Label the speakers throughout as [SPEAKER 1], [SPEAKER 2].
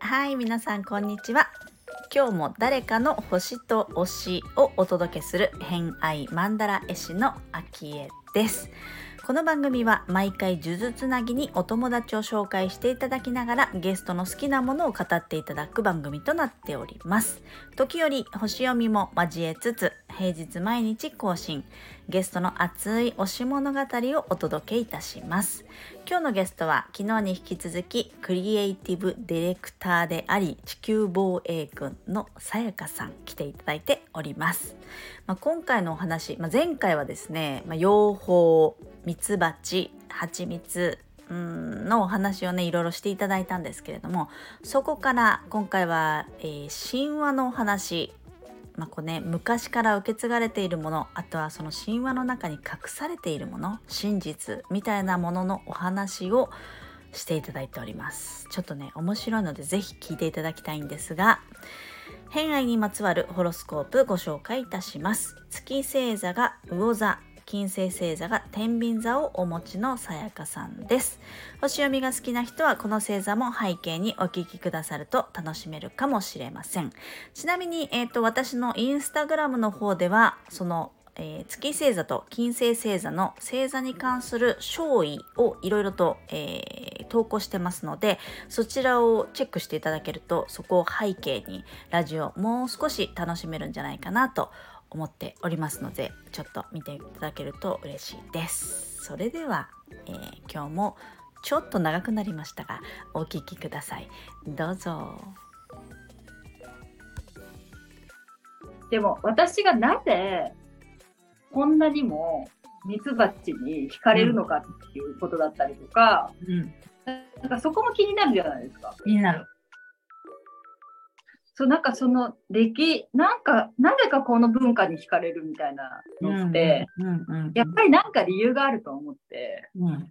[SPEAKER 1] はい、皆さんこんにちは。今日も誰かの星と推しをお届けする偏愛マンダラ絵師のあきえです。この番組は毎回数珠つなぎにお友達を紹介していただきながらゲストの好きなものを語っていただく番組となっております。時折星読みも交えつつ平日毎日更新ゲストの熱い推し物語をお届けいたします。今日のゲストは昨日に引き続きクリエイティブディレクターであり地球防衛軍のさやかさん来ていただいております、まあ、今回のお話、まあ、前回はですね、まあ、養蜂ミツバチハチミツうーんのお話をねいろいろしていただいたんですけれどもそこから今回は、えー神話のお話まあこうね、昔から受け継がれているものあとはその神話の中に隠されているもの真実みたいなもののお話をしていただいておりますちょっとね面白いのでぜひ聞いていただきたいんですが偏愛にまつわるホロスコープご紹介いたします月星座が魚座金星星座が天秤座をお持ちのさやかさんです星読みが好きな人はこの星座も背景にお聞きくださると楽しめるかもしれませんちなみに、えー、と私のインスタグラムの方ではその、えー月星座と金星星座の星座に関する勝意をいろいろと、えー投稿してますのでそちらをチェックしていただけるとそこを背景にラジオもう少し楽しめるんじゃないかなと思っておりますのでちょっと見ていただけると嬉しいです。それでは、えー今日もちょっと長くなりましたがお聞きください。どうぞ。
[SPEAKER 2] でも私がなぜこんなにもミツバチに惹かれるのかっていうことだったりとか、
[SPEAKER 1] うん、
[SPEAKER 2] なんかそこも気になるじゃないですか。
[SPEAKER 1] 気になる。
[SPEAKER 2] そうなんかその歴なんかなぜかこの文化に惹かれるみたいなのって、
[SPEAKER 1] うんうんうん、
[SPEAKER 2] やっぱりなんか理由があると思って
[SPEAKER 1] うん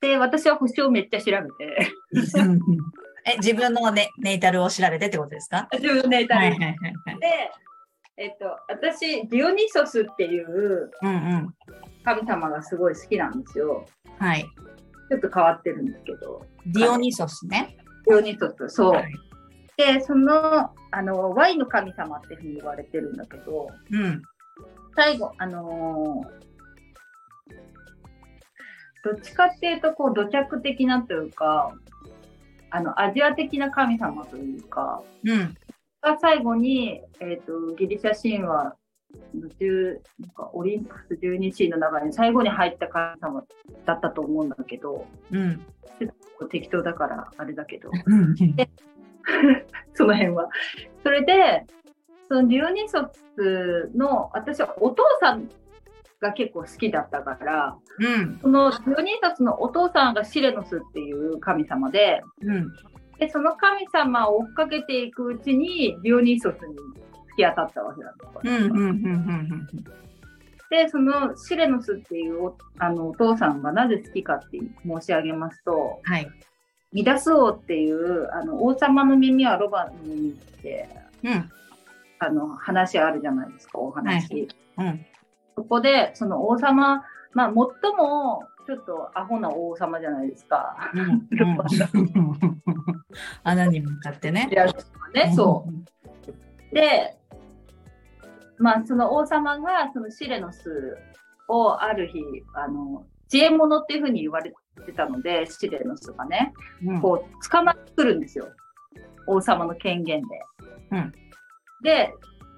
[SPEAKER 2] で私は星をめっちゃ調べて
[SPEAKER 1] え自分のねネイタルを調べてってことですか
[SPEAKER 2] 自分でいたり
[SPEAKER 1] はいはい。
[SPEAKER 2] で、えっと、私ディオニソスっていう
[SPEAKER 1] うんうん。
[SPEAKER 2] 神様がすごい好きなんですよ。
[SPEAKER 1] はい。
[SPEAKER 2] ちょっと変わってるんですけど。
[SPEAKER 1] ディオニソスね。
[SPEAKER 2] ディオニソス、そう。
[SPEAKER 1] はい
[SPEAKER 2] でそのあのワインの神様っていうふうに言われてるんだけど
[SPEAKER 1] うん。
[SPEAKER 2] 最後あのーどっちかっていうとこう土着的なというかあのアジア的な神様というか
[SPEAKER 1] うん。
[SPEAKER 2] が最後に、えー、とギリシャ神話の10なんかオリンプス12神の中に最後に入った神様だったと思うんだけど
[SPEAKER 1] うん。
[SPEAKER 2] 適当だからあれだけど
[SPEAKER 1] うん。
[SPEAKER 2] その辺は。それで、そのディオニソスの、私はお父さんが結構好きだったから、
[SPEAKER 1] うん。
[SPEAKER 2] そのディオニソスのお父さんがシレノスっていう神様で、
[SPEAKER 1] うん。
[SPEAKER 2] でその神様を追っかけていくうちに、ディオニソスに突き当たったわけなんですよ、
[SPEAKER 1] うん。うん。うん。
[SPEAKER 2] で、そのシレノスっていうおあのお父さんがなぜ好きかって申し上げますと、
[SPEAKER 1] はい。
[SPEAKER 2] ミダス王っていう、あの王様の耳はロバの耳って、
[SPEAKER 1] うん。
[SPEAKER 2] あの話あるじゃないですか、お話。
[SPEAKER 1] うん。
[SPEAKER 2] そこで、その王様、まあ、最もちょっとアホな王様じゃないですか。
[SPEAKER 1] うん。うん。穴に向かってね。
[SPEAKER 2] リアルね、そう。で、まあ、その王様が、そのシレノスをある日、あの、自衛者っていうふうに言われてたので、シレノスがね、
[SPEAKER 1] うん。
[SPEAKER 2] こう、捕まってくるんですよ。王様の権限で。
[SPEAKER 1] うん
[SPEAKER 2] で、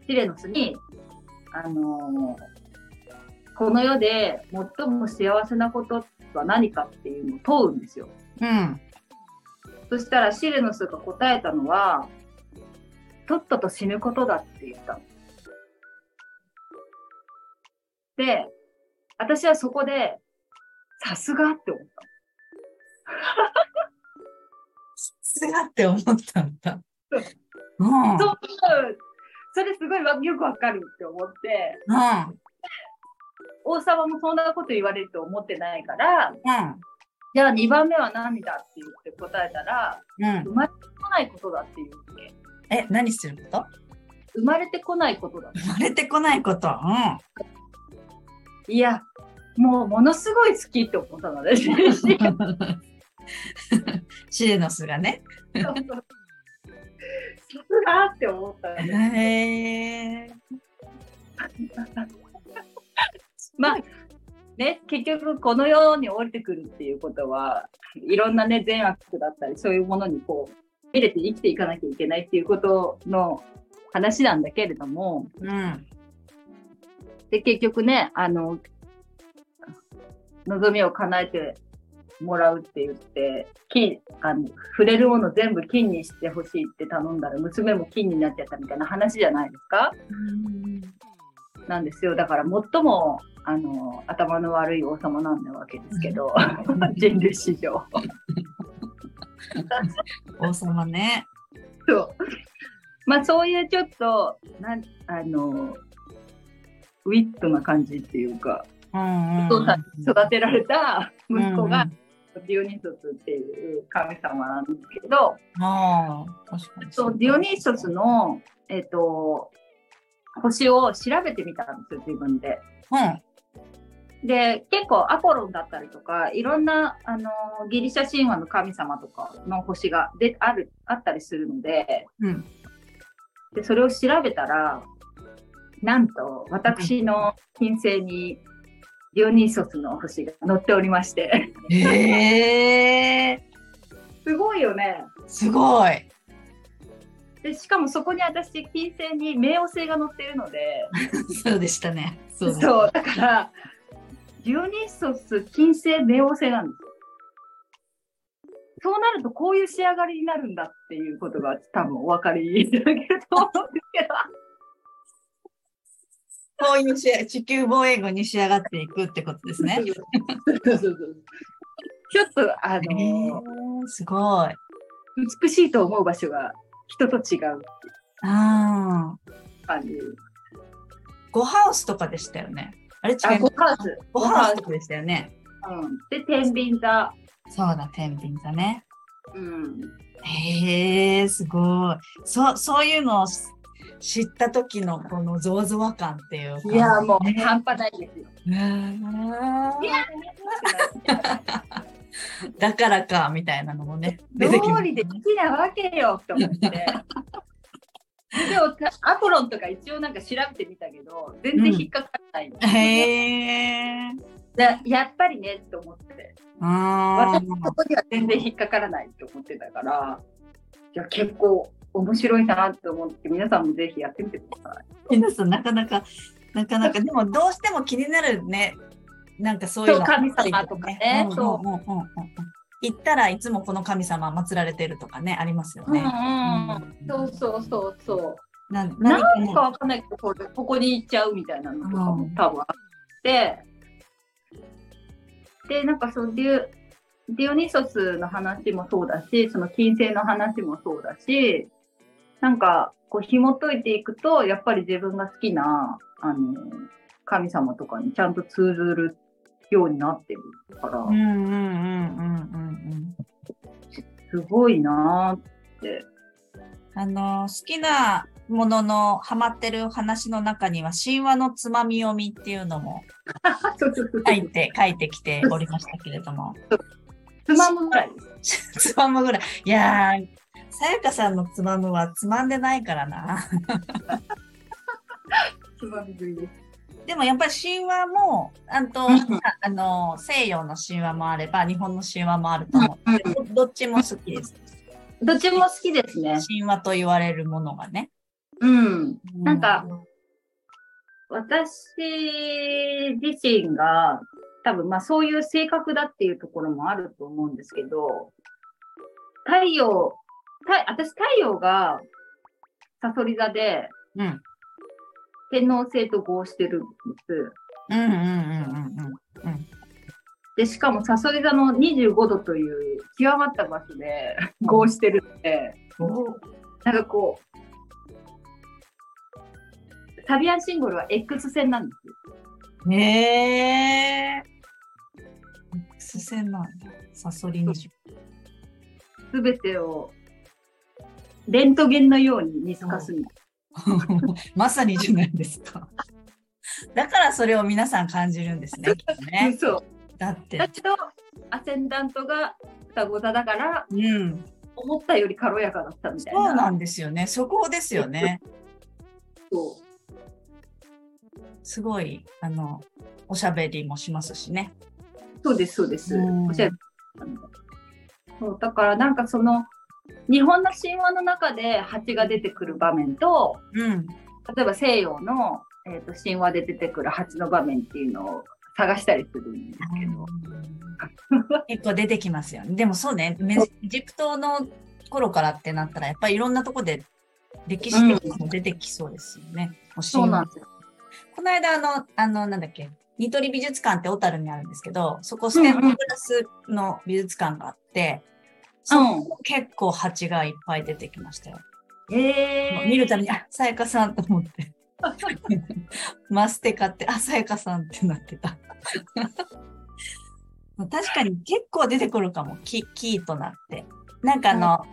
[SPEAKER 2] シレノスに、あのーこの世で最も幸せなことは何かっていうのを問うんですよ。
[SPEAKER 1] うん。
[SPEAKER 2] そしたらシレノスが答えたのは、とっとと死ぬことだって言ったの。で、私はそこで、さすがって思っ
[SPEAKER 1] すがって思ったんだ。うん。
[SPEAKER 2] た。そう、それすごいわよくわかるって思って、
[SPEAKER 1] うん。
[SPEAKER 2] 王様もそんなこと言われると思ってないから、
[SPEAKER 1] うん。
[SPEAKER 2] じゃあ2番目は何だって言って答えたら、
[SPEAKER 1] うん。
[SPEAKER 2] 生まれてこないことだっていうわけ。
[SPEAKER 1] え、何すること
[SPEAKER 2] 生まれてこないことだ。
[SPEAKER 1] 生まれてこないこと。う
[SPEAKER 2] いや、もうものすごい好きって思ったので、ね、
[SPEAKER 1] ん。シレノスがね。
[SPEAKER 2] さすがって思ったので、
[SPEAKER 1] へえ。
[SPEAKER 2] まあね、結局この世に降りてくるっていうことはいろんなね善悪だったりそういうものにこう見れて生きていかなきゃいけないっていうことの話なんだけれども
[SPEAKER 1] うん。
[SPEAKER 2] で結局ねあの望みを叶えてもらうって言って金あの触れるもの全部金にしてほしいって頼んだら娘も金になっちゃったみたいな話じゃないですかなんですよ。だから最もあの頭の悪い王様なんだわけですけど、人類史上。
[SPEAKER 1] 王様ね。
[SPEAKER 2] そう。まあそういうちょっと、なんあの、ウィットな感じっていうか、
[SPEAKER 1] うん、うん。
[SPEAKER 2] お父さんに育てられた息子
[SPEAKER 1] う
[SPEAKER 2] が
[SPEAKER 1] ん、
[SPEAKER 2] ディオニーソスっていう神様なんですけど、
[SPEAKER 1] ああ、確かに。
[SPEAKER 2] そうディオニーソスの、えっ、と、星を調べてみたんですよ、自分で。
[SPEAKER 1] うん。
[SPEAKER 2] で、結構アポロンだったりとか、いろんな、あのーギリシャ神話の神様とかの星がであるあったりするので
[SPEAKER 1] うん。
[SPEAKER 2] で、それを調べたら、なんと私の金星にディオニーソスの星が載っておりまして、
[SPEAKER 1] へえ。
[SPEAKER 2] すごいよね。
[SPEAKER 1] すごい。
[SPEAKER 2] で、しかもそこに私、金星に冥王星が載ってるので、
[SPEAKER 1] そうでしたね。そうです。
[SPEAKER 2] そう、だから、ディオニーソス、金星、冥王星なんですよ。そうなると、こういう仕上がりになるんだっていうことが、多分お分かりいただけると思うんですけど、
[SPEAKER 1] こういうし地球防衛軍に仕上がっていくってことですね。
[SPEAKER 2] そうそうそう ちょっと、あ
[SPEAKER 1] へえ
[SPEAKER 2] の、
[SPEAKER 1] すごい。
[SPEAKER 2] 美しいと思う場所が人と違う
[SPEAKER 1] ああ。
[SPEAKER 2] 感じ。
[SPEAKER 1] ゴハウスとかでしたよね。あれ違
[SPEAKER 2] あ、
[SPEAKER 1] う
[SPEAKER 2] ゴ。ハウス。
[SPEAKER 1] ゴハウスとかでしたよね。
[SPEAKER 2] うん。で、天秤座。
[SPEAKER 1] そうだ、天秤座ね。
[SPEAKER 2] うん。
[SPEAKER 1] へえ、すごい。そう、そういうのを知知った時のこのゾワゾワ感っていうか、
[SPEAKER 2] いや、もう、
[SPEAKER 1] ね
[SPEAKER 2] 半端ないですよ。
[SPEAKER 1] うーん
[SPEAKER 2] いや
[SPEAKER 1] だからか、みたいなのもね、出てきます
[SPEAKER 2] 料
[SPEAKER 1] ね
[SPEAKER 2] 理で好きなわけよと思って。でもたアポロンとか一応なんか調べてみたけど全然引っかからない、で
[SPEAKER 1] へえ。
[SPEAKER 2] やっぱりねと思って
[SPEAKER 1] あ
[SPEAKER 2] 私そこには全然引っかからないと思ってたからいや結構面白いなと思って皆さんもぜひやってみてください。
[SPEAKER 1] 皆さんなかなかなかなかでもどうしても気になるねなんかそういうの
[SPEAKER 2] そう神様とかね
[SPEAKER 1] うん
[SPEAKER 2] そう
[SPEAKER 1] うんうんうんうん行ったらいつもこの神様祀られてるとかねありますよ
[SPEAKER 2] うん
[SPEAKER 1] ね。
[SPEAKER 2] うんそうそうそうそう。
[SPEAKER 1] な何
[SPEAKER 2] なんか
[SPEAKER 1] か
[SPEAKER 2] わかんないけど、これここに行っちゃうみたいなのとかも多分あって、で、なんかそのデュ、ディオニソスの話もそうだし、その金星の話もそうだし、なんかこう紐解いていくと、やっぱり自分が好きな、あの、神様とかにちゃんと通ずるようになってるから
[SPEAKER 1] うん、うんうんうんうん
[SPEAKER 2] すごいなーって。
[SPEAKER 1] うん。あの好きなもののハマってる話の中には神話のつまみ読みっていうのも
[SPEAKER 2] そうそうそう
[SPEAKER 1] 書い て書いてきておりましたけれども。
[SPEAKER 2] つまむぐらいです。
[SPEAKER 1] つまむぐらい。いやー、さやかさんのつまむはつまんでないからな。
[SPEAKER 2] つまみ食いです。
[SPEAKER 1] でもやっぱり神話も、あ と、
[SPEAKER 2] うん
[SPEAKER 1] あの西洋の神話もあれば、日本の神話もあると 思
[SPEAKER 2] うん
[SPEAKER 1] う。どどっちも好きです。
[SPEAKER 2] どっちも好きですね。
[SPEAKER 1] 神話と言われるものがね。
[SPEAKER 2] うん。
[SPEAKER 1] う
[SPEAKER 2] なんか、私自身が、多分まあそういう性格だっていうところもあると思うんですけど、太陽、太私太陽がサソリ座で
[SPEAKER 1] うん。
[SPEAKER 2] 天皇星と合してるんです。
[SPEAKER 1] うんうんうんうん
[SPEAKER 2] で、しかもサソリ座の25度という極まった場所で合してるので、
[SPEAKER 1] うん。お
[SPEAKER 2] なんかこう、サビアンシンゴルは X 線なんですよ。
[SPEAKER 1] ーへえ。X 線なんだ。サソリにし
[SPEAKER 2] すべてをレントゲンのように見透かすみたい
[SPEAKER 1] まさにじゃないですか。だからそれを皆さん感じるんですね。きっとね
[SPEAKER 2] そう。
[SPEAKER 1] だって。
[SPEAKER 2] だけど、アセンダントが双子座だから、
[SPEAKER 1] うん、
[SPEAKER 2] 思ったより軽やかだったみたいな。
[SPEAKER 1] そうなんですよね。そこですよね。
[SPEAKER 2] そう
[SPEAKER 1] すごい、あの、おしゃべりもしますしね。
[SPEAKER 2] そうです、そうです。
[SPEAKER 1] うん
[SPEAKER 2] おっしゃる通りそうだからなんかその日本の神話の中で蜂が出てくる場面と
[SPEAKER 1] うん、
[SPEAKER 2] 例えば西洋の、えー、と神話で出てくる蜂の場面っていうのを探したりするんですけど、
[SPEAKER 1] 結構出てきますよね。でもそうね、メエジプトの頃からってなったら、やっぱりいろんなとこで歴史的にも出てきそうですよね。お神話
[SPEAKER 2] そうなんです
[SPEAKER 1] この間あの、あの、なんだっけ、ニトリ美術館って小樽にあるんですけど、そこステンドグラスの美術館があって、
[SPEAKER 2] う
[SPEAKER 1] そこ結構蜂がいっぱい出てきましたよ。
[SPEAKER 2] んへえ
[SPEAKER 1] 見るたびに、あ、さやかさんと思って。 マステ買って、あ、さやかさんってなってた。 確かに結構出てくるかも、キキーとなって。なんかあの、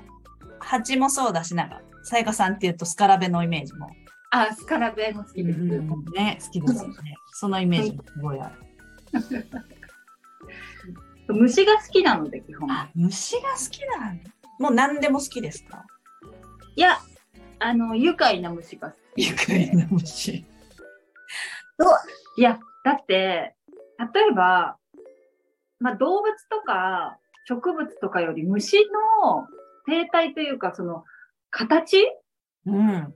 [SPEAKER 1] 蜂もそうだし、なんか、さやかさんっていうとスカラベのイメージも。
[SPEAKER 2] あスカラベも好きです、
[SPEAKER 1] ね、好きですよね。そのイメージもすごいある。
[SPEAKER 2] 虫が好きなので基本
[SPEAKER 1] あ、虫が好きなのもう何でも好きですか
[SPEAKER 2] いやあの愉快な虫が好き
[SPEAKER 1] 愉快な虫。
[SPEAKER 2] いや、だって、例えば、まあ、動物とか植物とかより虫の生態というか、その形
[SPEAKER 1] うん。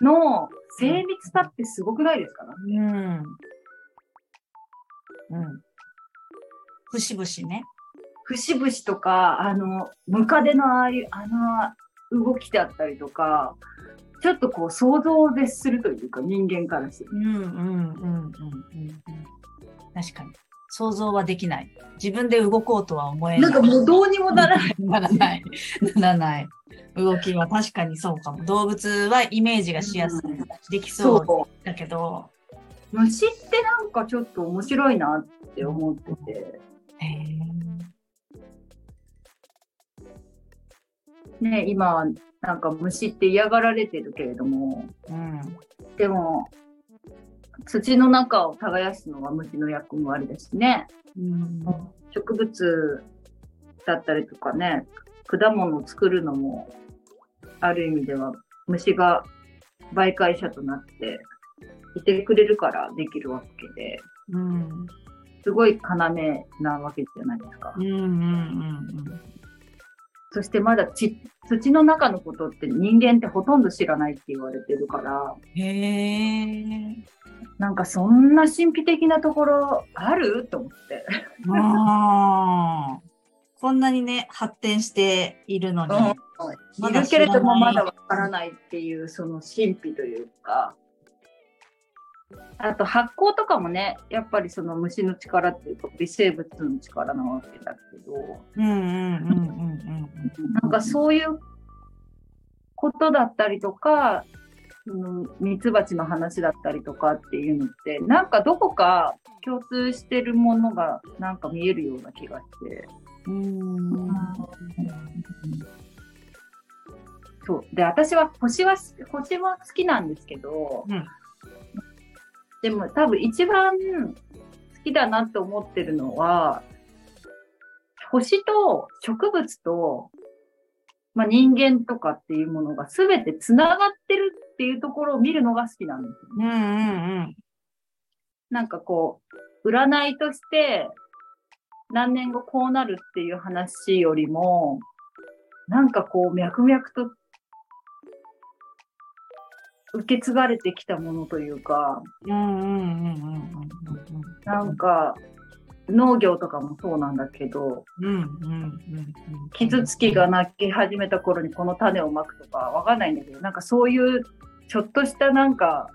[SPEAKER 2] の精密さってすごくないですか、
[SPEAKER 1] うん。うん。節々ね。
[SPEAKER 2] 節々とか、あの、ムカデのああいう、あの動きだったりとか、ちょっとこう想像を絶するというか、人間からする
[SPEAKER 1] うんうんうんうんうん。確かに。想像はできない。自分で動こうとは思え
[SPEAKER 2] と。
[SPEAKER 1] な。
[SPEAKER 2] ないんかもうどうにもならない。
[SPEAKER 1] ならない。ならない。動きは確かにそうかも。動物はイメージがしやすくできそう
[SPEAKER 2] そ
[SPEAKER 1] だけど。
[SPEAKER 2] う。虫ってなんかちょっと面白いなって思ってて。
[SPEAKER 1] へえ。
[SPEAKER 2] ね、今、なんか虫って嫌がられてるけれども、
[SPEAKER 1] うん。
[SPEAKER 2] でも、土の中を耕すのは虫の役割だしね、
[SPEAKER 1] うん
[SPEAKER 2] 植物だったりとかね、果物を作るのも、ある意味では虫が媒介者となっていてくれるからできるわけで、
[SPEAKER 1] うん
[SPEAKER 2] すごい要なわけじゃないですか
[SPEAKER 1] うんう。んうん
[SPEAKER 2] そしてまだち土の中のことって人間ってほとんど知らないって言われてるから、
[SPEAKER 1] うん。へえ。
[SPEAKER 2] なんかそんな神秘的なところあると思って。
[SPEAKER 1] ああ。こんなにね、発展しているのに。ま
[SPEAKER 2] い
[SPEAKER 1] だ
[SPEAKER 2] る
[SPEAKER 1] 知
[SPEAKER 2] け
[SPEAKER 1] らない
[SPEAKER 2] れどもまだわからないっていうその神秘というか。あと発酵とかもね、やっぱりその虫の力っていうか微生物の力なわけだけど、
[SPEAKER 1] うんうんうんうんうん。
[SPEAKER 2] なんかそういうことだったりとか、うんミツバチの話だったりとかっていうのって、なんかどこか共通してるものがなんか見えるような気がして。
[SPEAKER 1] うーん。
[SPEAKER 2] そう。で、私は星は、星は好きなんですけど、
[SPEAKER 1] うん
[SPEAKER 2] でも多分一番好きだなと思ってるのは、星と植物と、まあ、人間とかっていうものが全て繋がってるっていうところを見るのが好きなんですよね
[SPEAKER 1] うんうんうん。
[SPEAKER 2] なんかこう、占いとして、何年後こうなるっていう話よりも、なんかこう、脈々と受け継がれてきたものというか、
[SPEAKER 1] うんうんうんうんうん
[SPEAKER 2] なんか、農業とかもそうなんだけど、
[SPEAKER 1] うんうんうん。
[SPEAKER 2] 傷つきが泣き始めた頃にこの種をまくとかわかんないんだけど、なんかそういうちょっとしたなんか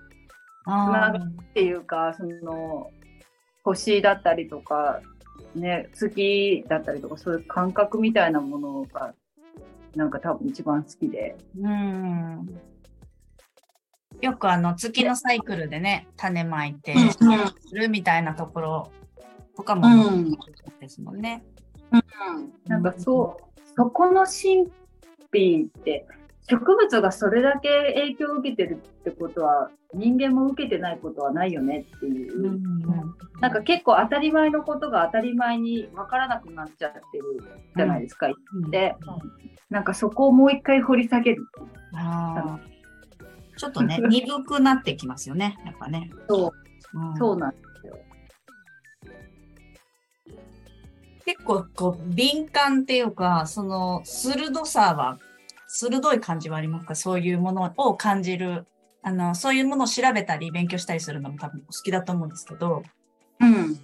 [SPEAKER 1] あー
[SPEAKER 2] っていうか、その、星だったりとか、ね、月だったりとか、そういう感覚みたいなものが、なんか多分一番好きで。
[SPEAKER 1] うん。よくあの月のサイクルでね、種まいて、するみたいなところとかも、
[SPEAKER 2] うん
[SPEAKER 1] ですもんね。
[SPEAKER 2] なんかそう、そこの神秘って、植物がそれだけ影響を受けてるってことは人間も受けてないことはないよねっていうう、
[SPEAKER 1] ん
[SPEAKER 2] なんか結構当たり前のことが当たり前に分からなくなっちゃってるじゃないですか、
[SPEAKER 1] うん
[SPEAKER 2] で、なんかそこをもう一回掘り下げる
[SPEAKER 1] あーちょっと ね、鈍くなってきますよね、やっぱね。
[SPEAKER 2] そう
[SPEAKER 1] うん
[SPEAKER 2] そうなん
[SPEAKER 1] 結構こう敏感っていうか、その鋭さは、鋭い感じはありますかそういうものを感じる。あの、そういうものを調べたり勉強したりするのも多分お好きだと思うんですけど、
[SPEAKER 2] うん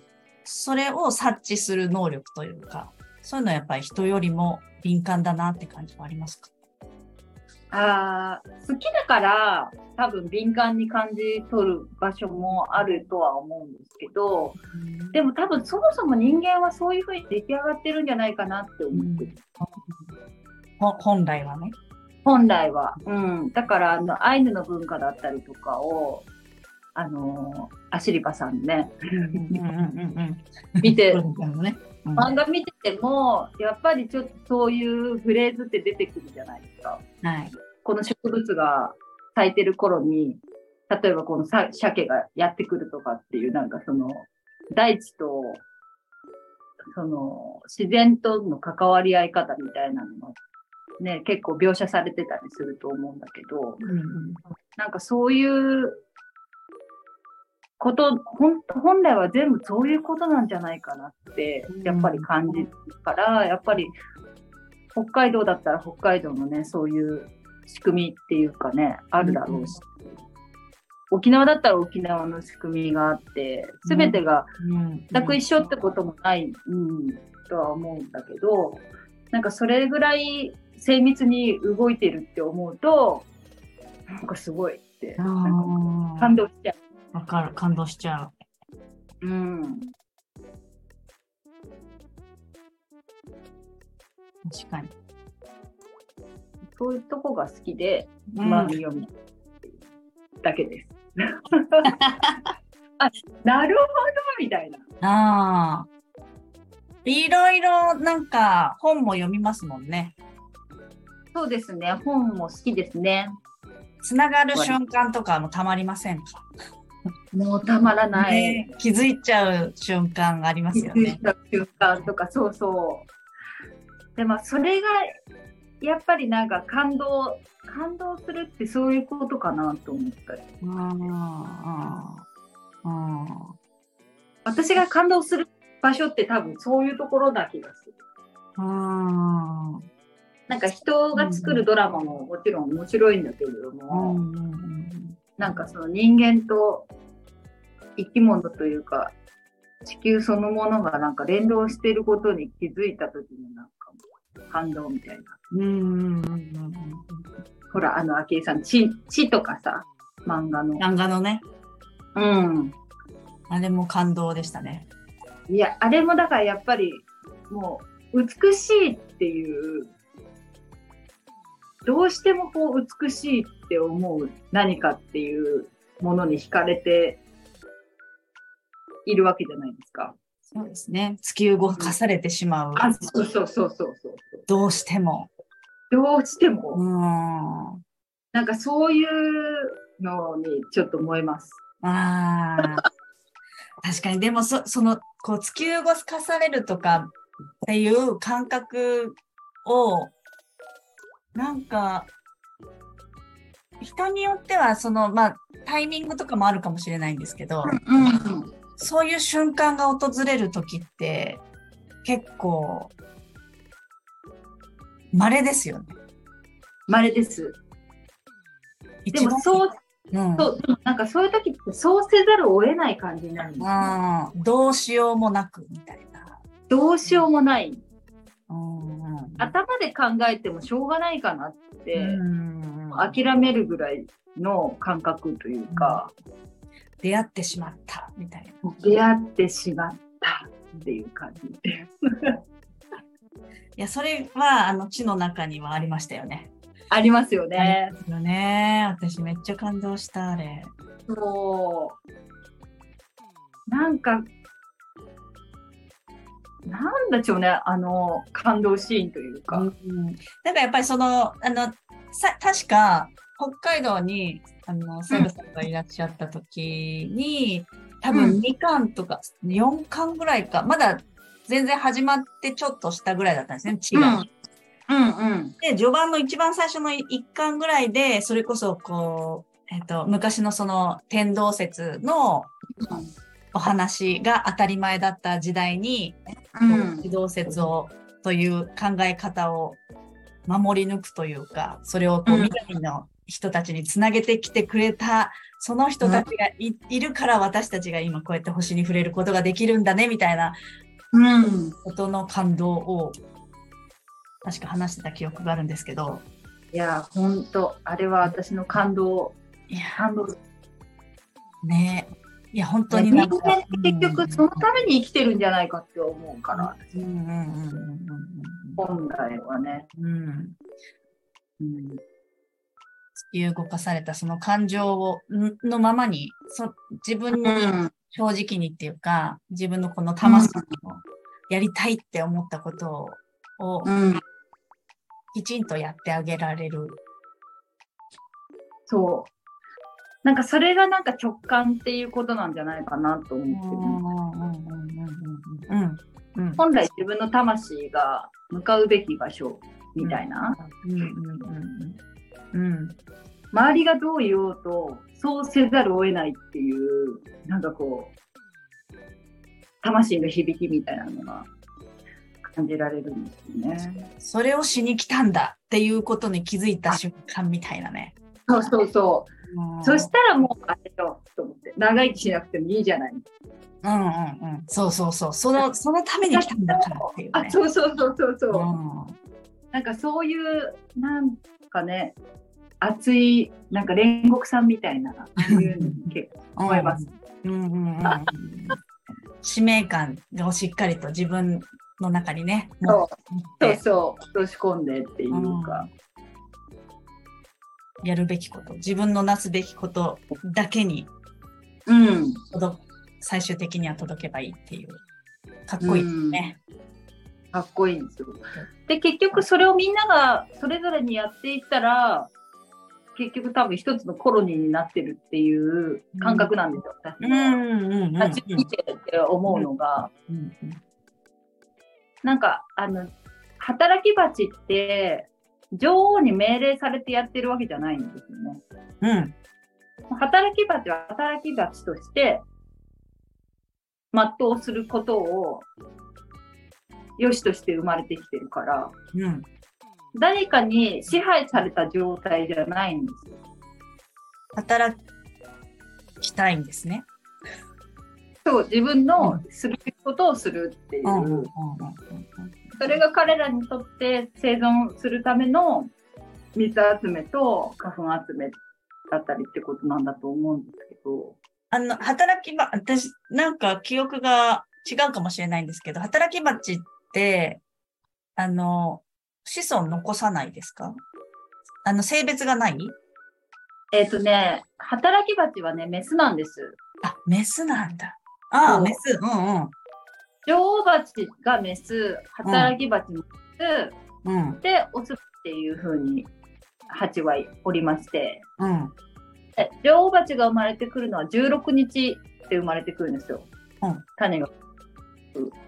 [SPEAKER 1] それを察知する能力というか、そういうのはやっぱり人よりも敏感だなって感じはありますか
[SPEAKER 2] あー好きだから多分敏感に感じ取る場所もあるとは思うんですけどでも多分そもそも人間はそういうふうに出来上がってるんじゃないかなって思ってる、
[SPEAKER 1] ほ本来はね。
[SPEAKER 2] 本来は、うん、だからあのアイヌの文化だったりとかをあのーアシリカさんね
[SPEAKER 1] うんうんうん
[SPEAKER 2] 見て
[SPEAKER 1] うん。うんね。うん
[SPEAKER 2] 漫画見ててもやっぱりちょっとそういうフレーズって出てくるじゃないですか
[SPEAKER 1] はい。
[SPEAKER 2] この植物が咲いてる頃に例えばこのさ鮭がやってくるとかっていうなんかその大地とその自然との関わり合い方みたいなのもね結構描写されてたりすると思うんだけど
[SPEAKER 1] うんうん
[SPEAKER 2] なんかそういうことほん本来は全部そういうことなんじゃないかなってやっぱり感じるから、やっぱり北海道だったら北海道のねそういう仕組みっていうかねあるだろうし、沖縄だったら沖縄の仕組みがあって全てが
[SPEAKER 1] うん
[SPEAKER 2] 全く一緒ってこともない、うん、とは思うんだけどなんかそれぐらい精密に動いてるって思うとなんかすごいって
[SPEAKER 1] あ
[SPEAKER 2] なんか感
[SPEAKER 1] ー
[SPEAKER 2] 動しちゃ
[SPEAKER 1] わかる、感動しちゃ
[SPEAKER 2] う。うん
[SPEAKER 1] う。確かに。
[SPEAKER 2] そういうとこが好きで、
[SPEAKER 1] うん
[SPEAKER 2] まあ、読むだけです。 あ、なるほどみたいな。
[SPEAKER 1] ああ。いろいろなんか本も読みますもんね。
[SPEAKER 2] そうですね。本も好きですね。
[SPEAKER 1] つながる瞬間とかもたまりませんか、
[SPEAKER 2] もうたまらない。
[SPEAKER 1] ね気づいちゃう瞬間がありますよ
[SPEAKER 2] 気づ
[SPEAKER 1] ね
[SPEAKER 2] い。た瞬間とか、そうそう。でも、それが、やっぱりなんか感動、感動するってそういうことかなと思ったり。
[SPEAKER 1] あーあー
[SPEAKER 2] 私が感動する場所って多分そういうところな気がする。
[SPEAKER 1] あー
[SPEAKER 2] なんか人が作るドラマももちろん面白いんだけれど
[SPEAKER 1] う
[SPEAKER 2] も、
[SPEAKER 1] んうんうん
[SPEAKER 2] なんかその人間と生き物というか、地球そのものがなんか連動していることに気づいた時のなんか感動みたいな。
[SPEAKER 1] うんうんうんうん
[SPEAKER 2] ほら、あの、昭恵さん、地、地とかさ、漫画の。
[SPEAKER 1] 漫画のね、
[SPEAKER 2] うん。
[SPEAKER 1] あれも感動でしたね。
[SPEAKER 2] いや、あれもだからやっぱり、もう、美しいっていう、どうしてもこう、美しいって思う何かっていうものに惹かれているわけじゃないですか。
[SPEAKER 1] そうですね。突き動かされてしまう。
[SPEAKER 2] あ、そうそうそうそうそう。
[SPEAKER 1] どうしても。
[SPEAKER 2] どうして
[SPEAKER 1] う
[SPEAKER 2] も、
[SPEAKER 1] ん。
[SPEAKER 2] なんかそういうのにちょっと燃えます。
[SPEAKER 1] ああ。確かに、でもそ、その、こう、突き動かされるとかっていう感覚を、なんか、人によっては、その、まあ、タイミングとかもあるかもしれないんですけど、
[SPEAKER 2] うん。
[SPEAKER 1] そういう瞬間が訪れるときって、結構、稀ですよね。
[SPEAKER 2] 稀です。でもそう、
[SPEAKER 1] うん、
[SPEAKER 2] そう、でもなんかそういう時ってそうせざるを得ない感じになるんですよ
[SPEAKER 1] うんどうしようもなく、みたいな。
[SPEAKER 2] どうしようもない。
[SPEAKER 1] うんうん
[SPEAKER 2] 頭で考えてもしょうがないかなって、
[SPEAKER 1] うん
[SPEAKER 2] 諦めるぐらいの感覚というか、
[SPEAKER 1] 出会ってしまったみたいな。
[SPEAKER 2] 出会ってしまったっていう感じ。
[SPEAKER 1] いや、それは、あの、地の中にはありましたよね。
[SPEAKER 2] ありますよね。
[SPEAKER 1] ですよね。私めっちゃ感動した、あれ。
[SPEAKER 2] そう。なんか、なんだちょうね、あの、感動シーンというか。
[SPEAKER 1] うんなんかやっぱりその、あの、さ確か北海道にあのセブさんがいらっしゃった時に、多
[SPEAKER 2] う
[SPEAKER 1] 分
[SPEAKER 2] ん
[SPEAKER 1] 2巻とか4巻ぐらいかまだ全然始まってちょっとしたぐらいだったんですね違う。
[SPEAKER 2] うんうん。
[SPEAKER 1] で序盤の一番最初の1巻ぐらいでそれこそこう、えっと昔のその天動説のお話が当たり前だった時代に
[SPEAKER 2] う。
[SPEAKER 1] こうん地動説をという考え方を守り抜くというかそれをこう
[SPEAKER 2] うん
[SPEAKER 1] 未来の人たちにつなげてきてくれたその人たちがい,、いるから私たちが今こうやって星に触れることができるんだねみたいな
[SPEAKER 2] うん。
[SPEAKER 1] ことの感動を確か話してた記憶があるんですけど
[SPEAKER 2] いや、ほんと、あれは私の感動、
[SPEAKER 1] いや
[SPEAKER 2] 感動。
[SPEAKER 1] ねいや本当に
[SPEAKER 2] 人
[SPEAKER 1] なん
[SPEAKER 2] 間
[SPEAKER 1] か
[SPEAKER 2] って結
[SPEAKER 1] う
[SPEAKER 2] 局
[SPEAKER 1] ん
[SPEAKER 2] そのために生きてるんじゃないかって思うから、
[SPEAKER 1] うんうんうん
[SPEAKER 2] 本来はね。
[SPEAKER 1] うんうんうん
[SPEAKER 2] うん。
[SPEAKER 1] 突き動かされたその感情をんのままにそ自分に
[SPEAKER 2] うん
[SPEAKER 1] 正直にっていうか、自分のこの魂のやりたいって思ったことを、
[SPEAKER 2] うん。
[SPEAKER 1] きちんとやってあげられる。
[SPEAKER 2] そう。なんかそれがなんか直感っていうことなんじゃないかなと思ってる。
[SPEAKER 1] うんうん
[SPEAKER 2] 本来自分の魂が向かうべき場所みたいな。
[SPEAKER 1] うんうんうんうん
[SPEAKER 2] 周りがどう言おうと、そうせざるを得ないっていう、なんかこう、魂の響きみたいなのが感じられるんですよね。
[SPEAKER 1] それをしに来たんだっていうことに気づいた瞬間みたいなね。
[SPEAKER 2] そうそうそうう。
[SPEAKER 1] ん
[SPEAKER 2] そしたらもう、あれよ、と思って。長生きしなくてもいいじゃない。
[SPEAKER 1] うんうんうん、そうそうそうそのそのために来たんだからっていうね
[SPEAKER 2] あ、。そうそうそうそうそう。
[SPEAKER 1] うん
[SPEAKER 2] なんかそういう、なんかね、熱い、なんか煉獄さんみたいな、そういうの結構思います。
[SPEAKER 1] うんうんうんうん 使命感をしっかりと自分の中にね、
[SPEAKER 2] そう
[SPEAKER 1] 持っ
[SPEAKER 2] そう
[SPEAKER 1] て
[SPEAKER 2] そう、落とし込んでっていうか。
[SPEAKER 1] やるべきこと、自分のなすべきことだけに
[SPEAKER 2] うん。
[SPEAKER 1] 届最終的には届けばいいっていう、かっこいいですね。
[SPEAKER 2] かっこいいんですよ。で、結局それをみんながそれぞれにやっていったら、結局多分一つのコロニーになってるっていう感覚なんですよ。私
[SPEAKER 1] うん
[SPEAKER 2] の
[SPEAKER 1] うんうんうん
[SPEAKER 2] 立ち見てって思うのが。
[SPEAKER 1] うんうん
[SPEAKER 2] なんか、あの、働き蜂って、女王に命令されてやってるわけじゃないんですよね。
[SPEAKER 1] うん
[SPEAKER 2] 働き蜂は働き蜂として、全うすることを、良しとして生まれてきてるから、
[SPEAKER 1] うん
[SPEAKER 2] 誰かに支配された状態じゃないんですよ。
[SPEAKER 1] 働きたいんですね。
[SPEAKER 2] そう、自分のするべきことをするっていう。
[SPEAKER 1] うんうん
[SPEAKER 2] それが彼らにとって生存するための水集めと花粉集めだったりってことなんだと思うんですけど。
[SPEAKER 1] あの、働きば、私、なんか記憶が違うかもしれないんですけど、働き蜂って、あの、子孫残さないですかあの、性別がない
[SPEAKER 2] えっ、とね、働き蜂はね、メスなんです。
[SPEAKER 1] あ、メスなんだ。あ
[SPEAKER 2] そ
[SPEAKER 1] あ、
[SPEAKER 2] う
[SPEAKER 1] メス。うん
[SPEAKER 2] 女王蜂がメス、働き蜂もメス、
[SPEAKER 1] うん。うん。
[SPEAKER 2] で、オスっていう風に蜂はおりまして、
[SPEAKER 1] うん。
[SPEAKER 2] で女王蜂が生まれてくるのは16日って生まれてくるんですよ。
[SPEAKER 1] うん
[SPEAKER 2] 種が。う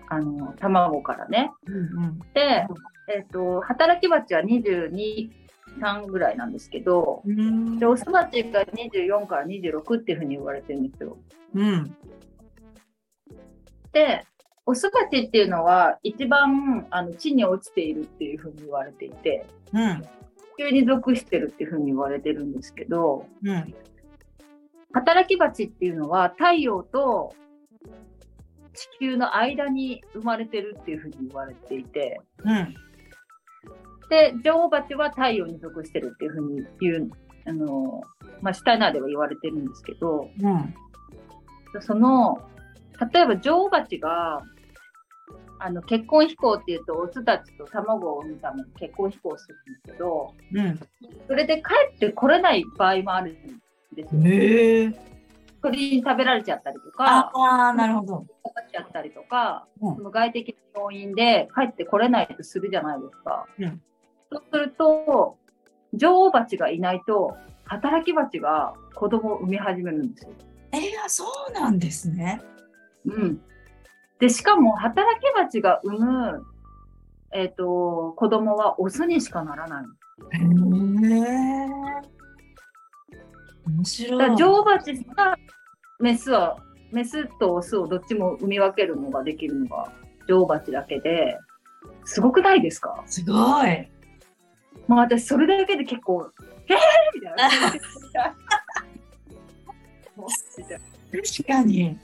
[SPEAKER 2] あの、卵からね。
[SPEAKER 1] うん。
[SPEAKER 2] で、えっと働き蜂は22、3ぐらいなんですけど、
[SPEAKER 1] うん。
[SPEAKER 2] でオス蜂が24から26っていうふうに言われてるんですよ。
[SPEAKER 1] うん。
[SPEAKER 2] で、オス蜂っていうのは一番あの地に落ちているっていうふうに言われていて、
[SPEAKER 1] うん。
[SPEAKER 2] 地球に属してるっていうふうに言われてるんですけど、
[SPEAKER 1] うん。
[SPEAKER 2] 働き蜂っていうのは太陽と地球の間に生まれてるっていうふうに言われていて、
[SPEAKER 1] うん。
[SPEAKER 2] で、女王蜂は太陽に属してるっていうふうに言う、あの、まあ、シュタイナーでは言われてるんですけど、
[SPEAKER 1] うん。
[SPEAKER 2] その、例えば女王蜂が、あの、結婚飛行っていうと、オスたちと卵を産むために結婚飛行するんですけど、
[SPEAKER 1] うん。
[SPEAKER 2] それで帰ってこれない場合もあるんですよ。
[SPEAKER 1] へえ。
[SPEAKER 2] 鳥に食べられちゃったりと
[SPEAKER 1] あ
[SPEAKER 2] か、
[SPEAKER 1] あー、なるほど。
[SPEAKER 2] かかっちゃったりとか、
[SPEAKER 1] うん
[SPEAKER 2] その外的な要因で帰ってこれないとするじゃないですか。
[SPEAKER 1] うん
[SPEAKER 2] そうすると、女王蜂がいないと、働き蜂が子供を産み始めるんですよ。
[SPEAKER 1] えー、あそうなんですね。
[SPEAKER 2] うん。で、しかも、働き蜂が産む、えっ、と、子供はオスにしかならない。
[SPEAKER 1] へえ。面
[SPEAKER 2] だか
[SPEAKER 1] 白
[SPEAKER 2] ら
[SPEAKER 1] い。
[SPEAKER 2] 女王蜂がメスはメスとオスをどっちも産み分けるのができるのが女王蜂だけですごくないですか
[SPEAKER 1] すごい。
[SPEAKER 2] もう私それだけで結構「えー!」みたいな
[SPEAKER 1] 確かに。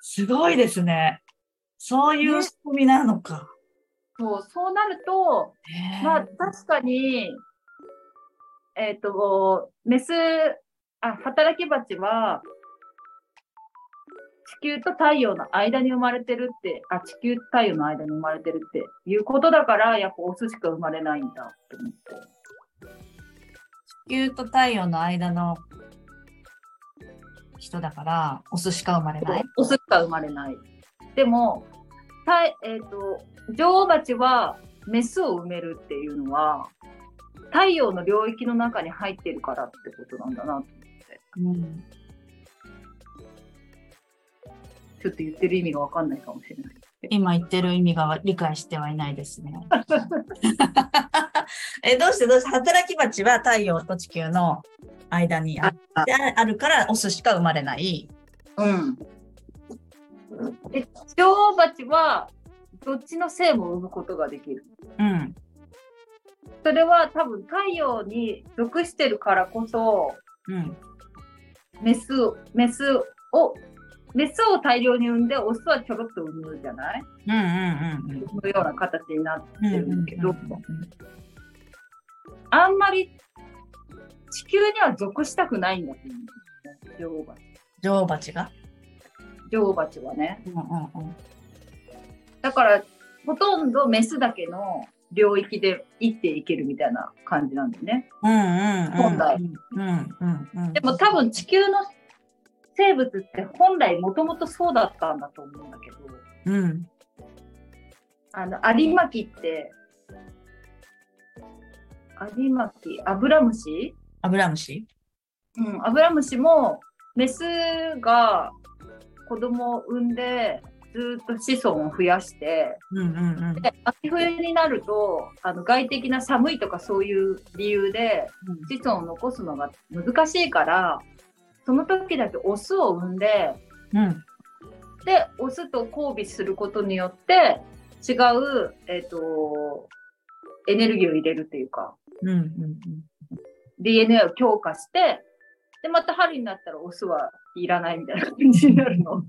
[SPEAKER 1] すごいですね。そういう仕組みなのか。
[SPEAKER 2] そうそうなると
[SPEAKER 1] へー
[SPEAKER 2] まあ確かにえっ、とメスあ働き蜂は地球と太陽の間に生まれてるって、あ、地球と太陽の間に生まれてるっていうことだから、やっぱオスしか生まれないんだって思って。
[SPEAKER 1] 地球と太陽の間の人だから、オスしか生まれない。
[SPEAKER 2] オスしか生まれない。でも、たいえっ、と、女王蜂はメスを埋めるっていうのは、太陽の領域の中に入ってるからってことなんだな。
[SPEAKER 1] うん、
[SPEAKER 2] ちょっと言ってる意味がわかんないかもしれない。
[SPEAKER 1] 今言ってる意味が理解してはいないです ね。えどうしてどうして働き蜂は太陽と地球の間にあってあるからオスしか生まれない。
[SPEAKER 2] うん。で、女王蜂は、どっちの性も産むことができる。
[SPEAKER 1] うん。
[SPEAKER 2] それは多分太陽に属してるからこそ、
[SPEAKER 1] うん。
[SPEAKER 2] メス、メスを、メスを大量に産んで、オスはちょろっと産むじゃない
[SPEAKER 1] うんうんうん
[SPEAKER 2] のような形になっ
[SPEAKER 1] うん。
[SPEAKER 2] てるけど、
[SPEAKER 1] うんうんうん
[SPEAKER 2] あんまり地球には属したくないんだと思うんですよ女王蜂。
[SPEAKER 1] 女王蜂が。
[SPEAKER 2] 女王蜂はね。
[SPEAKER 1] うんうんうん。
[SPEAKER 2] だから、ほとんどメスだけの領域で生きていけるみたいな感じなんだよね。
[SPEAKER 1] うんうんうん。
[SPEAKER 2] 本来
[SPEAKER 1] うんうんうん。
[SPEAKER 2] でも多分地球の生物って本来もともとそうだったんだと思うんだけど、
[SPEAKER 1] うん。
[SPEAKER 2] あの、有馬記って、有馬記、アブラムシ
[SPEAKER 1] アブラムシ
[SPEAKER 2] うん、アブラムシもメスが子供を産んでずっと子孫を増やして
[SPEAKER 1] うんうんうん。
[SPEAKER 2] で秋冬になるとあの外的な寒いとかそういう理由で子孫を残すのが難しいからその時だけオスを産んで
[SPEAKER 1] うん。
[SPEAKER 2] でオスと交尾することによって違う、えっとエネルギーを入れるというか
[SPEAKER 1] うんうんうん。
[SPEAKER 2] DNA を強化して、で、また春になったらオスはいらないみたいな感じになるの。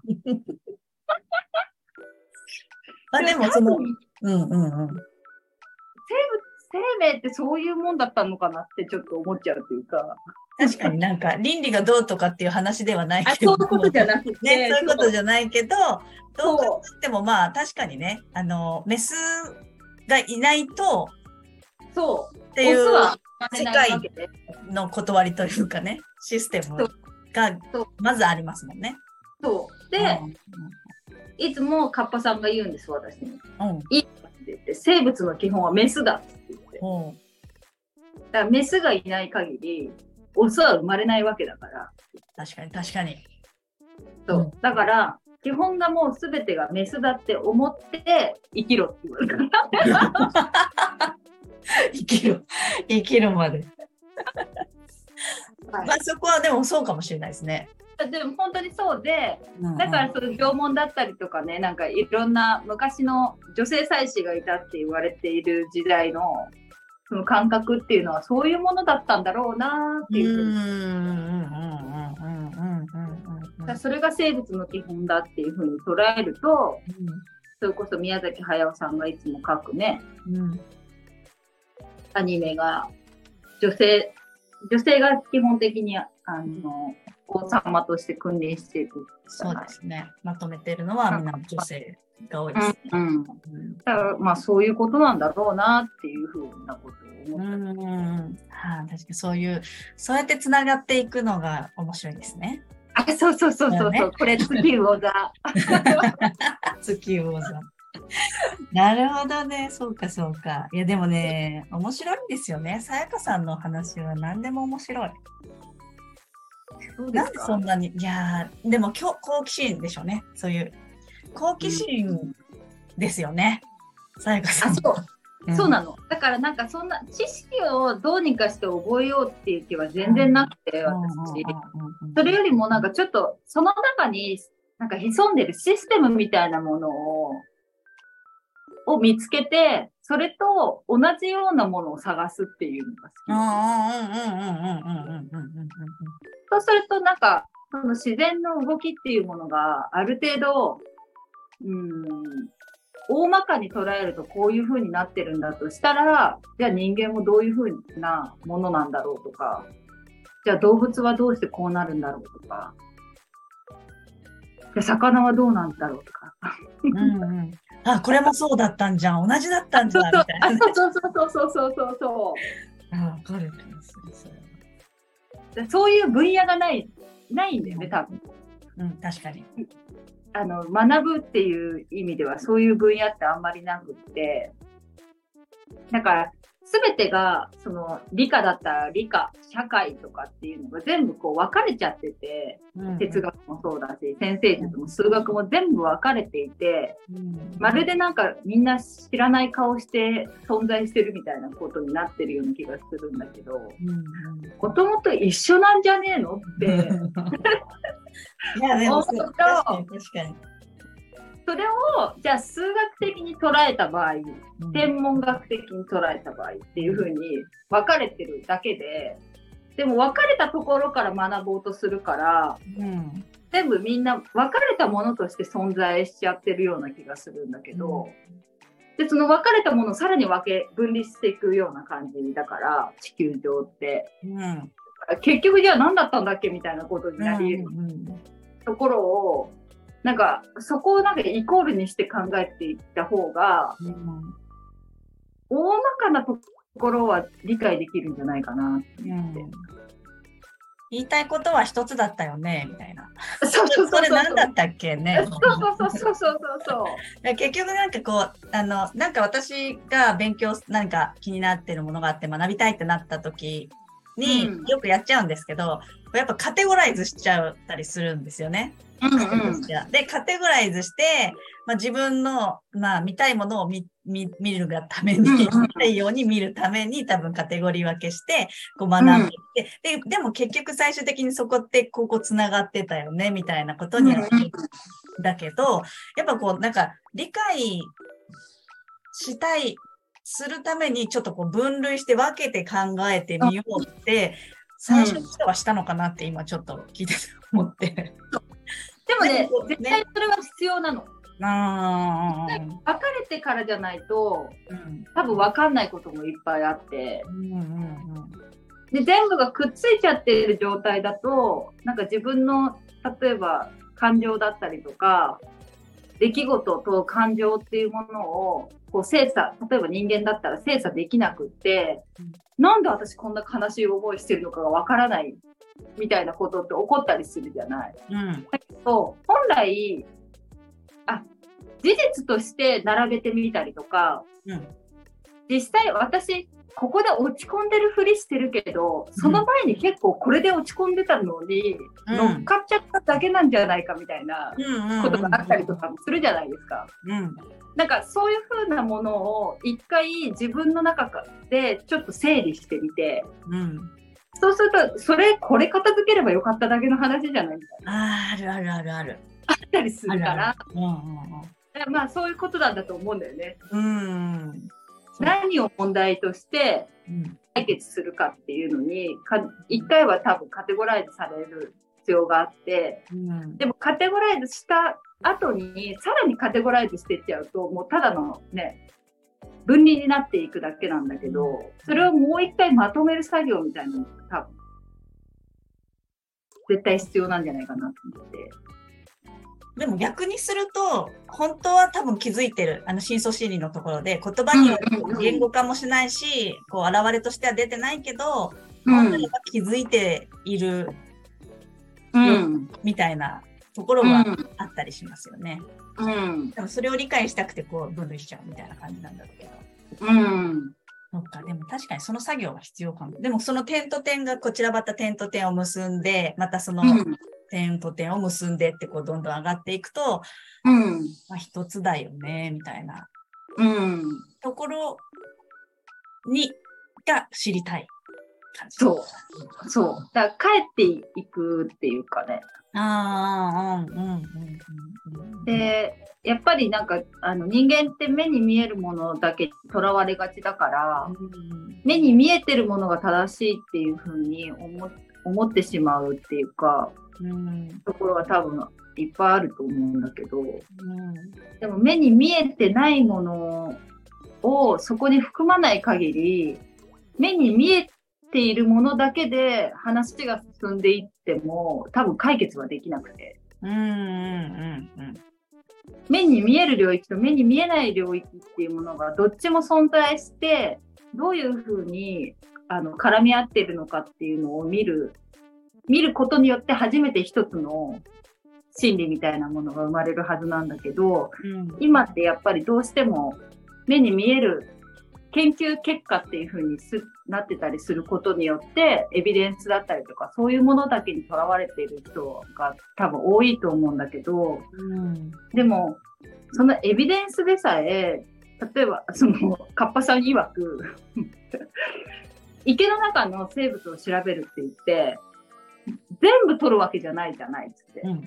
[SPEAKER 1] あでもその
[SPEAKER 2] 多、分
[SPEAKER 1] うんうんうん。
[SPEAKER 2] 生命ってそういうもんだったのかなってちょっと思っちゃうというか。
[SPEAKER 1] 確かになんか倫理がどうとかっていう話ではないけど。
[SPEAKER 2] ゃなくて
[SPEAKER 1] ね、そういうことじ
[SPEAKER 2] ゃ
[SPEAKER 1] ゃないけど、どう考えてもまあ確かにね、あの、メスがいないと
[SPEAKER 2] そう。
[SPEAKER 1] ってい
[SPEAKER 2] オス
[SPEAKER 1] う
[SPEAKER 2] は生まれないわけで。
[SPEAKER 1] の断りというかね、システムが
[SPEAKER 2] そう
[SPEAKER 1] まずありますもんね。
[SPEAKER 2] そう。で、いつもカッパさんが言うんです、私に。
[SPEAKER 1] うん、うん。
[SPEAKER 2] でで生物の基本はメスだって言って。
[SPEAKER 1] ほ
[SPEAKER 2] だからメスがいない限り、オスは生まれないわけだか
[SPEAKER 1] う
[SPEAKER 2] ら。
[SPEAKER 1] 確かに確かに。
[SPEAKER 2] そうう。だから、基本がもう全てがメスだって思って生きろって言われるから。
[SPEAKER 1] 生きる、生きるまで。まあそこはでもそうかもしれないですね。
[SPEAKER 2] でも本当にそうで、
[SPEAKER 1] うんうん
[SPEAKER 2] だからその縄文だったりとかね、なんかいろんな昔の女性祭司がいたって言われている時代のその感覚っていうのはそういうものだったんだろうなっていうふうに、だからそれが生物の基本だっていうふうに捉えると、それこそ宮崎駿さんがいつも書くね、アニメが女性、女性が基本的にあの王様として君臨していくじ
[SPEAKER 1] そ
[SPEAKER 2] ゃ
[SPEAKER 1] う
[SPEAKER 2] ない
[SPEAKER 1] ですね。まとめてるのはみんな女性が多いです。
[SPEAKER 2] うん
[SPEAKER 1] うん
[SPEAKER 2] だからまあそういうことなんだろうなっていうふうなことを
[SPEAKER 1] う
[SPEAKER 2] 思った。
[SPEAKER 1] んうんうんはい、確かにそういうそうやってつながっていくのが面白いですね。
[SPEAKER 2] あ、そうそうそうそう
[SPEAKER 1] だ
[SPEAKER 2] そう、
[SPEAKER 1] よね
[SPEAKER 2] これ月魚座。
[SPEAKER 1] 月魚座。なるほどね。そうか、そうか。いや、でもね、面白いんですよね。さやかさんの話は何でも面白い。
[SPEAKER 2] そうで
[SPEAKER 1] なん
[SPEAKER 2] す
[SPEAKER 1] で
[SPEAKER 2] か
[SPEAKER 1] そんなに、いやー、でもきょ好奇心でしょうね。そういう。好奇心ですよね。さやかさん。
[SPEAKER 2] あそう
[SPEAKER 1] うん
[SPEAKER 2] そうなの。だからなんかそんな知識をどうにかして覚えようっていう気は全然なくて、
[SPEAKER 1] うんうん
[SPEAKER 2] 私。
[SPEAKER 1] うんうん
[SPEAKER 2] それよりもなんかちょっとその中になんか潜んでるシステムみたいなものを、を見つけて、それと同じようなものを探すっていうのが
[SPEAKER 1] うん
[SPEAKER 2] 好き。
[SPEAKER 1] うんうんうんうんうんうんうんうんうんうん。
[SPEAKER 2] そうするとなんか、その自然の動きっていうものがある程度、うん、大まかに捉えるとこういう風になってるんだとしたら、じゃあ人間もどういう風なものなんだろうとか、じゃあ動物はどうしてこうなるんだろうとか、で魚はどうなんだろうとか。
[SPEAKER 1] うんうん、あこれもそうだったんじゃん同じだったんじ
[SPEAKER 2] そ
[SPEAKER 1] ゃ
[SPEAKER 2] うん
[SPEAKER 1] み
[SPEAKER 2] そう
[SPEAKER 1] たい
[SPEAKER 2] あ
[SPEAKER 1] な。
[SPEAKER 2] そうそうそうそうそうそうそう。
[SPEAKER 1] あわかる気がするそれは
[SPEAKER 2] でそういう分野がない、ないんだよね、多分。
[SPEAKER 1] うん確かに。
[SPEAKER 2] あの学ぶっていう意味ではそういう分野ってあんまりなくってだから全てがその理科だったら理科社会とかっていうのが全部こう分かれちゃってて哲学もそうだし先生術も数学も全部分かれていてまるでなんかみんな知らない顔して存在してるみたいなことになってるような気がするんだけどもともと一緒なんじゃねえのって
[SPEAKER 1] で。 いやでもそう
[SPEAKER 2] 本当
[SPEAKER 1] 確かに確かに。
[SPEAKER 2] それをじゃあ数学的に捉えた場合
[SPEAKER 1] うん
[SPEAKER 2] 天文学的に捉えた場合っていう風に分かれてるだけででも分かれたところから学ぼうとするから
[SPEAKER 1] うん
[SPEAKER 2] 全部みんな分かれたものとして存在しちゃってるような気がするんだけど、でその分かれたものをさらに分け分離していくような感じだから地球上って
[SPEAKER 1] うん
[SPEAKER 2] 結局じゃあ何だったんだっけみたいなことになり得る
[SPEAKER 1] うんうん
[SPEAKER 2] ところを、なんかそこをなんかイコールにして考えていった方が
[SPEAKER 1] うん
[SPEAKER 2] 大まかなところは理解できるんじゃないかなって思って。
[SPEAKER 1] うん言いたいことは一つだったよねみたいな。
[SPEAKER 2] そうそうそう
[SPEAKER 1] それ何だったっけね。
[SPEAKER 2] そうそうそうそうそうそう。
[SPEAKER 1] だから結局なんかこうあのなんか私が勉強なんか気になってるものがあって学びたいってなった時に、
[SPEAKER 2] うん
[SPEAKER 1] よくやっちゃうんですけどやっぱカテゴライズしちゃったりするんですよね。
[SPEAKER 2] うんうん。
[SPEAKER 1] でカテゴライズして、まあ、自分の、まあ、見たいものを見見見るがために、
[SPEAKER 2] うんうんうん
[SPEAKER 1] 見たいように見るために多分カテゴリー分けしてこう学んでいって、ででも結局最終的にそこってここつながってたよねみたいなことには
[SPEAKER 2] うんうん
[SPEAKER 1] だけどやっぱこうなんか理解したいするためにちょっとこう分類して分けて考えてみようって最初の人はしたのかなって今ちょっと聞いてて思って。
[SPEAKER 2] でもね
[SPEAKER 1] でもね、
[SPEAKER 2] 絶対それは必要なの。
[SPEAKER 1] あー
[SPEAKER 2] 分かれてからじゃないと、
[SPEAKER 1] うん
[SPEAKER 2] 多分分かんないこともいっぱいあって、
[SPEAKER 1] うんうんうん
[SPEAKER 2] で、全部がくっついちゃってる状態だと、なんか自分の、例えば感情だったりとか、出来事と感情っていうものを、こう精査、例えば人間だったら精査できなくって
[SPEAKER 1] うん、
[SPEAKER 2] なんで私こんな悲しい思いしてるのかが分からないみたいなことって起こったりするじゃない。
[SPEAKER 1] うん
[SPEAKER 2] そう本来あ事実として並べてみたりとか、
[SPEAKER 1] うん
[SPEAKER 2] 実際私ここで落ち込んでるふりしてるけどその前に結構これで落ち込んでたのに、
[SPEAKER 1] うん
[SPEAKER 2] 乗っかっちゃっただけなんじゃないかみたいな
[SPEAKER 1] うん
[SPEAKER 2] ことがあったりとかもするじゃないですか。
[SPEAKER 1] うん
[SPEAKER 2] なんかそういう風なものを一回自分の中でちょっと整理してみて
[SPEAKER 1] うん
[SPEAKER 2] そうするとそれこれ片付ければよかっただけの話じゃないみたいな
[SPEAKER 1] あーあるあるあるある
[SPEAKER 2] あったりするから。
[SPEAKER 1] うんうん
[SPEAKER 2] だからまあそういうことなんだと思うんだよね。
[SPEAKER 1] うんうんそう
[SPEAKER 2] 何を問題として
[SPEAKER 1] うん
[SPEAKER 2] 解決するかっていうのにか一回は多分カテゴライズされる必要があって
[SPEAKER 1] うん
[SPEAKER 2] でもカテゴライズした後にさらにカテゴライズしてっちゃうともうただのね分離になっていくだけなんだけどそれをもう一回まとめる作業みたいなのが多分絶対必要なんじゃないかなと思って。
[SPEAKER 1] でも逆にすると本当は多分気づいてるあの深層心理のところで言葉には
[SPEAKER 2] うんうん
[SPEAKER 1] 言語化もしないしこう現れとしては出てないけど
[SPEAKER 2] う
[SPEAKER 1] 本当
[SPEAKER 2] ん
[SPEAKER 1] にやっぱ気づいている
[SPEAKER 2] うん
[SPEAKER 1] みたいなところはあったりしますよね。
[SPEAKER 2] うん。
[SPEAKER 1] でもそれを理解したくてこう分類しちゃうみたいな感じなんだろうけど。
[SPEAKER 2] うん。
[SPEAKER 1] そっか、でも確かにその作業は必要かも。でもその点と点がこちらばった点と点を結んで、またその
[SPEAKER 2] うん。
[SPEAKER 1] 点と点を結んでってこうどんどん上がっていくと、
[SPEAKER 2] うん。
[SPEAKER 1] まあ一つだよね、みたいな
[SPEAKER 2] うん。
[SPEAKER 1] ところに、が知りたい感じ。
[SPEAKER 2] そそう。だから帰っていくっていうかね。
[SPEAKER 1] ああ、うん、うん、うんうん。
[SPEAKER 2] で、やっぱりなんか、あの人間って目に見えるものだけにとらわれがちだから
[SPEAKER 1] う、ん、
[SPEAKER 2] 目に見えてるものが正しいっていうふうに思思ってしまうっていうか、
[SPEAKER 1] うん、
[SPEAKER 2] ところは多分いっぱいあると思うんだけど、
[SPEAKER 1] うん
[SPEAKER 2] でも目に見えてないものをそこに含まない限り、目に見えているものだけで話が進んでいっても多分解決はできなくて、
[SPEAKER 1] うん、うん、うん。
[SPEAKER 2] 目に見える領域と目に見えない領域っていうものがどっちも存在して、どういうふうにあの絡み合ってるのかっていうのを見る、見ることによって初めて一つの心理みたいなものが生まれるはずなんだけど、
[SPEAKER 1] うん
[SPEAKER 2] 今ってやっぱりどうしても目に見える研究結果っていう風にすなってたりすることによってエビデンスだったりとかそういうものだけにとらわれている人が多分多いと思うんだけど
[SPEAKER 1] うん
[SPEAKER 2] でもそのエビデンスでさえ例えばそのカッパさん曰く 池の中の生物を調べるって言って全部取るわけじゃないじゃないっつって
[SPEAKER 1] うん、う。ん、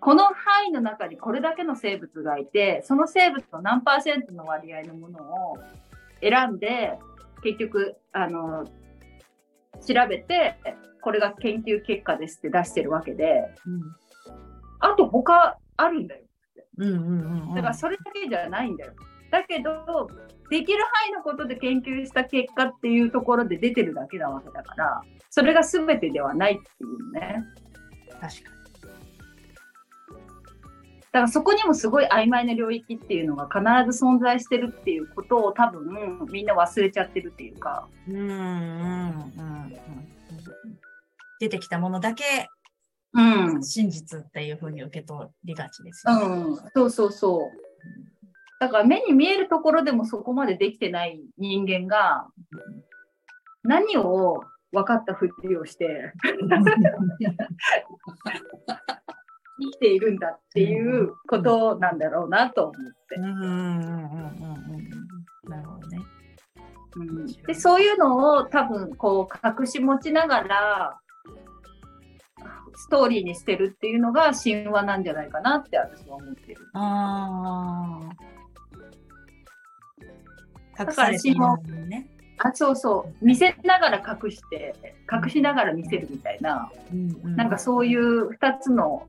[SPEAKER 2] この範囲の中にこれだけの生物がいて、その生物の何パーセントの割合のものを選んで、結局、あの、調べて、これが研究結果ですって出してるわけで、あと他あるんだよ。
[SPEAKER 1] うん、うん、うん、うん。
[SPEAKER 2] だからそれだけじゃないんだよ。だけど、できる範囲のことで研究した結果っていうところで出てるだけなわけだから、それが全てではないっていうね。
[SPEAKER 1] 確か
[SPEAKER 2] だからそこにもすごい曖昧な領域っていうのが必ず存在してるっていうことを多分みんな忘れちゃってるっていうか。
[SPEAKER 1] に。うん、うん、うん、うん。出てきたものだけ
[SPEAKER 2] うん。うん。
[SPEAKER 1] 真実っていうふうに受け取りがちですよね。
[SPEAKER 2] そうそうそう。だから目に見えるところでもそこまでできてない人間が何を分かったふりをして生きているんだっていうことなんだろうなと思って。
[SPEAKER 1] うん、うん、うん、うん、うん。なるほどね。
[SPEAKER 2] うんでそういうのを多分こう隠し持ちながらストーリーにしてるっていうのが神話なんじゃないかなって私は思ってる。
[SPEAKER 1] ああ。隠
[SPEAKER 2] だ
[SPEAKER 1] さ
[SPEAKER 2] から
[SPEAKER 1] れてるものね。
[SPEAKER 2] あそうそう見せながら隠して隠しながら見せるみたいな、
[SPEAKER 1] な
[SPEAKER 2] なんかそうい。う2つの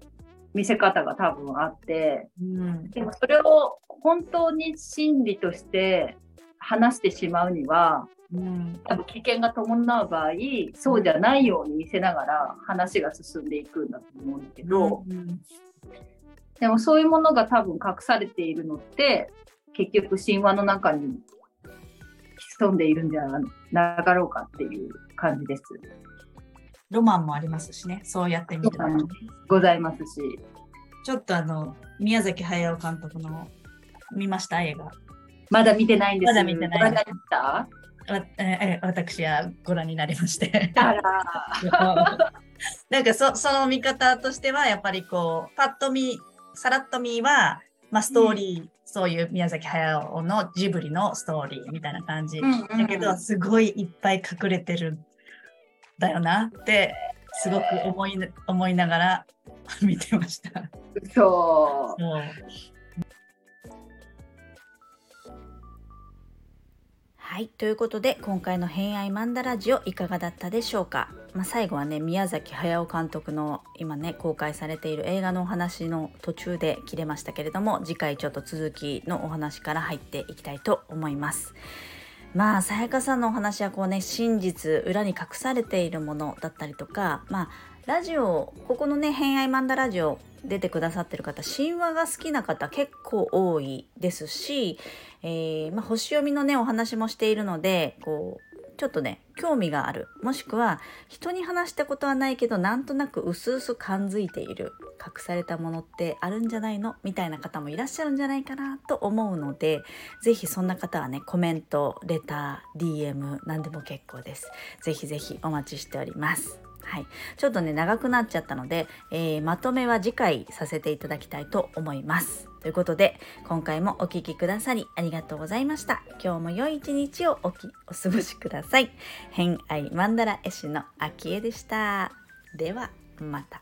[SPEAKER 2] 見せ方が多分あって
[SPEAKER 1] うん、
[SPEAKER 2] でもそれを本当に真理として話してしまうには
[SPEAKER 1] うん、
[SPEAKER 2] 多分危険が伴う場合そうじゃないように見せながら話が進んでいくんだと思うんだけど。
[SPEAKER 1] うん
[SPEAKER 2] でもそういうものが多分隠されているのって、結局神話の中に潜んでいるんじゃなかろうかっていう感じです。
[SPEAKER 1] ロマンもありますしね。そうやってみるとね。
[SPEAKER 2] ございますし。
[SPEAKER 1] ちょっとあの宮崎駿監督の見ました映画。
[SPEAKER 2] まだ見てないんです
[SPEAKER 1] まだ見てない
[SPEAKER 2] ご覧になりました
[SPEAKER 1] わえー私はご覧になりまして。
[SPEAKER 2] あら。
[SPEAKER 1] なんかそその見方としてはやっぱりこうパッと見さらっと見は、まあ、ストーリー、そういう宮崎駿のジブリのストーリーみたいな感じ、だけどすごいいっぱい隠れてるんだよなってすごく思い思いながら 見てました。
[SPEAKER 2] そ
[SPEAKER 1] もう
[SPEAKER 3] はいということで今回の「偏愛マンダラジオ」いかがだったでしょうか、まあ、最後はね宮崎駿監督の今ね公開されている映画のお話の途中で切れましたけれども次回ちょっと続きのお話から入っていきたいと思います。まあさやかさんのお話はこうね真実裏に隠されているものだったりとかまあラジオここのね「偏愛マンダラジオ」出てくださってる方神話が好きな方結構多いですしえーまあ、星読みのねお話もしているのでこうちょっとね興味があるもしくは人に話したことはないけどなんとなく薄々感づいている隠されたものってあるんじゃないのみたいな方もいらっしゃるんじゃないかなと思うのでぜひそんな方はねコメントレター DM 何でも結構ですぜひぜひお待ちしておりますはい、ちょっとね長くなっちゃったので、えーまとめは次回させていただきたいと思いますということで今回もお聞きくださりありがとうございました今日も良い一日をおきお過ごしください偏愛マンダラ絵師のあきえでしたではまた